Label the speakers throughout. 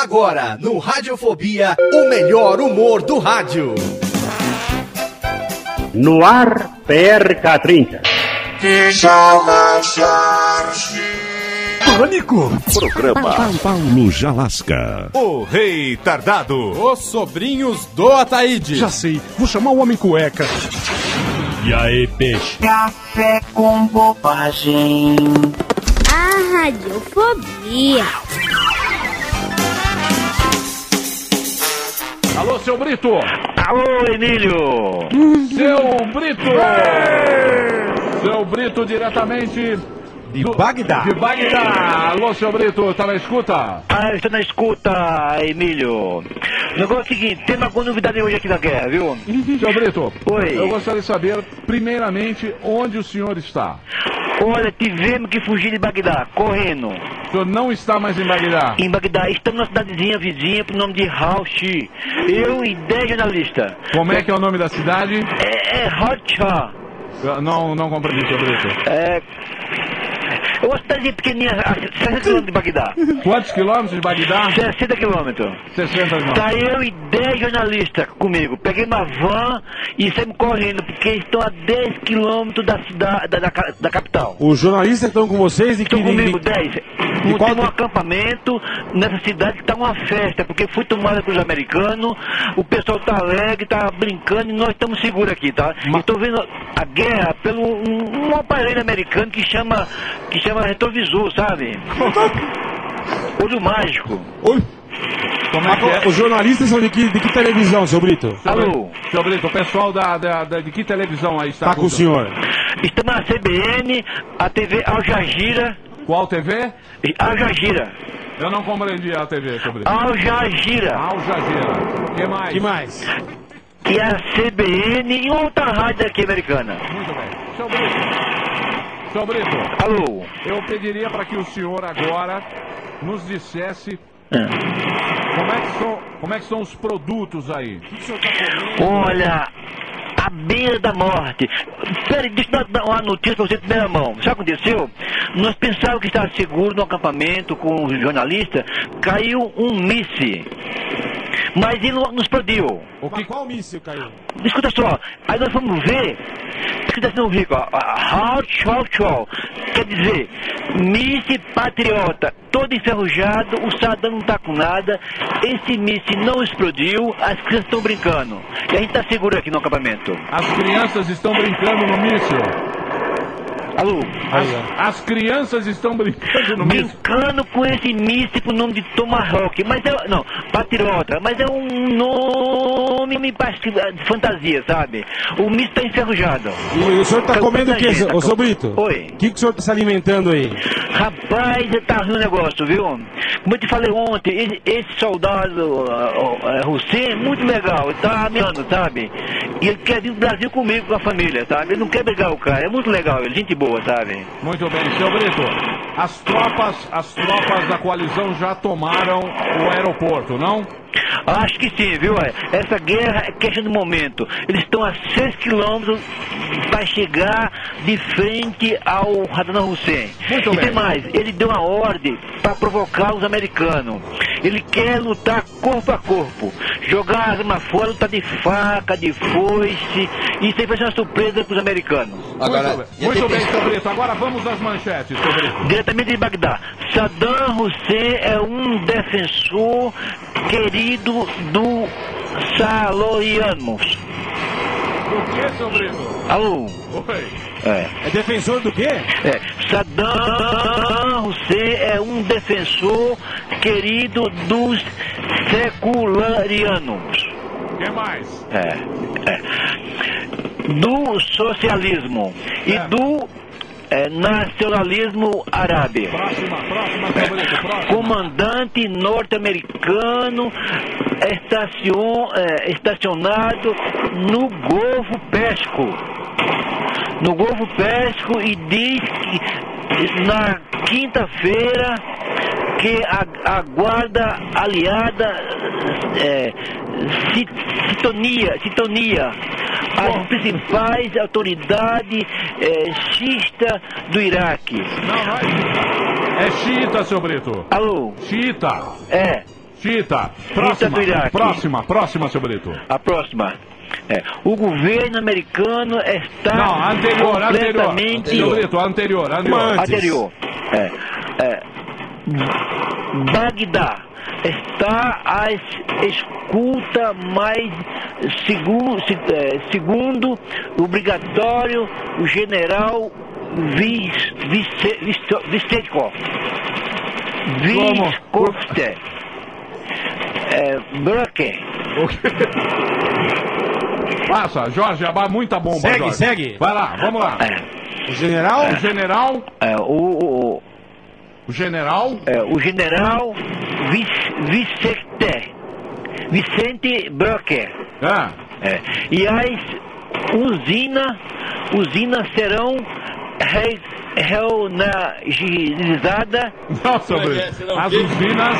Speaker 1: Agora, no Radiofobia, o melhor humor do rádio.
Speaker 2: No ar, PRK30.
Speaker 3: Pânico!
Speaker 4: Programa Paulo Jalasca.
Speaker 1: O Rei Tardado.
Speaker 3: Os sobrinhos do Ataíde.
Speaker 5: Já sei, vou chamar o Homem Cueca.
Speaker 2: E aí, peixe?
Speaker 6: Café com bobagem.
Speaker 7: A radiofobia.
Speaker 3: Alô, seu Brito!
Speaker 2: Alô, Emílio!
Speaker 3: Seu Brito! Seu Brito diretamente
Speaker 1: De Bagdá.
Speaker 3: de Bagdá! Alô, seu Brito, tá na escuta?
Speaker 2: Ah, eu estou na escuta, Emílio. O negócio é o seguinte, tem uma novidade hoje aqui na guerra, viu?
Speaker 3: Seu Brito,
Speaker 2: Oi.
Speaker 3: eu gostaria de saber, primeiramente, onde o senhor está.
Speaker 2: Olha, tivemos que fugir de Bagdá, correndo.
Speaker 3: O senhor não está mais em Bagdá.
Speaker 2: Em Bagdá, estamos numa cidadezinha vizinha pro nome de Rauchi. Eu e 10 jornalistas.
Speaker 3: Como é que é o nome da cidade?
Speaker 2: É, é Raucha.
Speaker 3: Eu Não, não compreendi, seu Brito.
Speaker 2: É... É uma cidadezinha pequenininha, a 60 quilômetros de Bagdá.
Speaker 3: Quantos quilômetros de Bagdá?
Speaker 2: 60 quilômetros.
Speaker 3: 60
Speaker 2: Tá
Speaker 3: quilômetros.
Speaker 2: eu e 10 jornalistas comigo. Peguei uma van e saímos correndo, porque estão a 10 quilômetros da cidade, da, da, ca- da capital.
Speaker 5: Os jornalistas estão com vocês e que.
Speaker 2: Estão comigo 10. Montamos
Speaker 5: qual-
Speaker 2: um acampamento nessa cidade que tá uma festa, porque fui tomada com os americanos, o pessoal tá alegre, tá brincando e nós estamos seguros aqui, tá?
Speaker 5: Ma-
Speaker 2: Estou vendo a guerra pelo um, um aparelho americano que chama, que chama retrovisor, sabe? Olho mágico.
Speaker 5: Oi? Ah,
Speaker 3: Como é que é?
Speaker 5: Os jornalistas são de que, de que televisão, seu Brito?
Speaker 3: Seu Brito-
Speaker 2: Alô?
Speaker 3: Seu Brito, o pessoal da, da- da- de que televisão aí está?
Speaker 5: Tá com o senhor.
Speaker 2: Estamos na CBN, a TV Al Jazeera.
Speaker 3: Qual TV?
Speaker 2: Al Jazeera.
Speaker 3: Eu não compreendi a TV, seu Brito.
Speaker 2: Al Jazeera.
Speaker 3: Al Jazeera. O que mais?
Speaker 5: que mais?
Speaker 2: E a CBN e outra rádio aqui americana.
Speaker 3: Muito bem. Seu Brito. Seu Brito,
Speaker 2: Alô?
Speaker 3: eu pediria para que o senhor agora nos dissesse
Speaker 2: Ah.
Speaker 3: como é que são, como é que são os produtos aí.
Speaker 2: Olha, à beira da morte. Peraí, deixa eu dar uma notícia pra você em primeira mão. Sabe o que aconteceu? Nós pensávamos que estava seguro no acampamento com os jornalistas. Caiu um míssil. Mas ele não nos explodiu.
Speaker 3: O que,
Speaker 5: Qual míssil caiu?
Speaker 2: Escuta só, aí nós vamos ver que está sendo rico, ó. How chow chow. Quer dizer, Miss Patriota, todo enferrujado, o Saddam não tá com nada, esse Miss não explodiu, as crianças estão brincando. E a gente tá seguro aqui no acampamento.
Speaker 3: as crianças estão brincando no míssil.
Speaker 2: Alô?
Speaker 3: As, as crianças estão brincando no míssil.
Speaker 2: Brincando com esse místico nome de Tomahawk, mas é. Não, Patriota, mas é um nome me parece que é de fantasia, sabe? O místico tá enferrujado.
Speaker 5: E o senhor tá
Speaker 2: Tá
Speaker 5: comendo o
Speaker 2: com
Speaker 5: que,
Speaker 2: gente, tá
Speaker 5: ô seu
Speaker 2: com-
Speaker 5: Brito?
Speaker 2: Oi.
Speaker 5: O que, que o senhor tá se alimentando aí?
Speaker 2: Rapaz, tá ruim o negócio, viu? Como eu te falei ontem, esse, esse soldado uh, Hussein é muito legal, ele tá ameaçando, sabe? E ele quer vir pro Brasil comigo, com a família, sabe? Ele não quer brigar o cara, é muito legal, ele, gente boa, sabe?
Speaker 3: Muito bem, seu Brito. As tropas, as tropas da coalizão já tomaram o aeroporto, não?
Speaker 2: Acho que sim, viu? ué? Essa guerra é questão de momento. Eles estão a 6 quilômetros para chegar de frente ao Saddam Hussein.
Speaker 3: Muito
Speaker 2: e
Speaker 3: bem.
Speaker 2: tem mais, ele deu uma ordem para provocar os americanos. Ele quer lutar corpo a corpo, jogar a arma fora, lutar de faca, de foice. Isso aí vai ser uma surpresa para os americanos.
Speaker 1: Agora, é
Speaker 3: muito bem, Muito bem, seu Brito. Agora vamos às manchetes, seu Brito.
Speaker 2: Diretamente de Bagdá, Saddam Hussein é um defensor querido do Saloianos.
Speaker 3: O que, seu Brito?
Speaker 2: Alô?
Speaker 3: Oi.
Speaker 2: É.
Speaker 5: É defensor do quê?
Speaker 2: é. Saddam Hussein é um defensor querido dos secularianos.
Speaker 3: O que mais?
Speaker 2: É. é. Do socialismo e
Speaker 3: É.
Speaker 2: do é, nacionalismo árabe.
Speaker 3: Próxima, próxima, Sabrina, próxima.
Speaker 2: Comandante norte-americano estacion- é, estacionado no Golfo Pérsico. No Golfo Pérsico e diz que na quinta-feira que a, a guarda aliada é, si- sintonia, sintonia as principais autoridades é, xista do Iraque.
Speaker 3: Não, não é xiita. É xiita, seu Brito.
Speaker 2: Alô,
Speaker 3: Xiita.
Speaker 2: é.
Speaker 3: Xiita.
Speaker 2: do
Speaker 3: Próxima,
Speaker 2: Iraque.
Speaker 3: próxima, próxima, seu Brito.
Speaker 2: A próxima. É, o governo americano está
Speaker 3: Não, anterior, anterior.
Speaker 2: Ah, completamente
Speaker 3: Seu Brito, anterior, anterior.
Speaker 2: anterior. É, é, Bagdá está à es- escuta mais segundo, segundo o obrigatório o general Vis- Vice- Visto- Vistekov.
Speaker 3: Como?
Speaker 2: Viskovste. É, Bracken.
Speaker 3: Passa, Jorge Abá, muita bomba.
Speaker 5: Segue,
Speaker 3: Jorge.
Speaker 5: segue.
Speaker 3: Vai lá, vamos lá.
Speaker 2: É,
Speaker 5: O general?
Speaker 3: O general,
Speaker 2: é, o- o,
Speaker 3: o general,
Speaker 2: é, o general Vic- Vicente, Vicente Brocker.
Speaker 3: é,
Speaker 2: É, e as usinas usina serão re, reunagilizadas,
Speaker 3: não, seu Brito.
Speaker 5: um
Speaker 3: As usinas,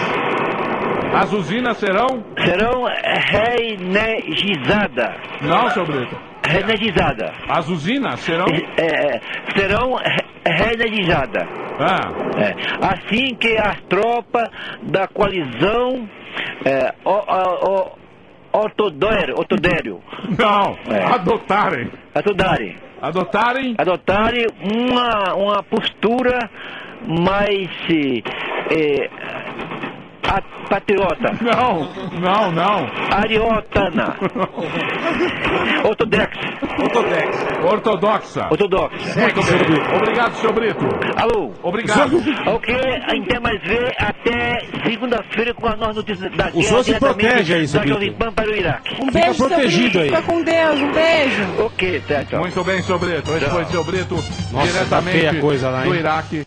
Speaker 3: as usinas serão,
Speaker 2: serão reenergizadas,
Speaker 3: não, seu Brito.
Speaker 2: reenergizadas,
Speaker 3: As usinas serão,
Speaker 2: É, serão re- reenergizadas.
Speaker 3: é,
Speaker 2: É, assim que as tropas da coalizão é, o, o, o, ortodério, ortodério
Speaker 3: não,
Speaker 2: É.
Speaker 3: adotarem,
Speaker 2: adotarem,
Speaker 3: adotarem,
Speaker 2: adotarem uma, uma postura mais é, a- patriota,
Speaker 3: não, não, não,
Speaker 2: ariotana, ortodex,
Speaker 3: ortodoxa.
Speaker 2: ortodoxa.
Speaker 3: Muito bem. Obrigado, seu Brito.
Speaker 2: Alô?
Speaker 3: Obrigado.
Speaker 2: Ok, então mais ver até segunda-feira com as novas notícias da guerra.
Speaker 5: senhor se
Speaker 2: diretamente
Speaker 5: protege aí, seu
Speaker 2: da Jovem
Speaker 5: Vitor.
Speaker 2: Pan para o Iraque.
Speaker 8: Um beijo, seu
Speaker 5: protegido
Speaker 8: Felipe.
Speaker 5: aí.
Speaker 8: Fica com Deus, um beijo.
Speaker 2: Ok, tá, tchau.
Speaker 3: Muito bem, seu Brito. Esse foi seu Brito,
Speaker 5: Nossa, tá
Speaker 3: diretamente
Speaker 5: feia a coisa lá, hein?
Speaker 3: do Iraque.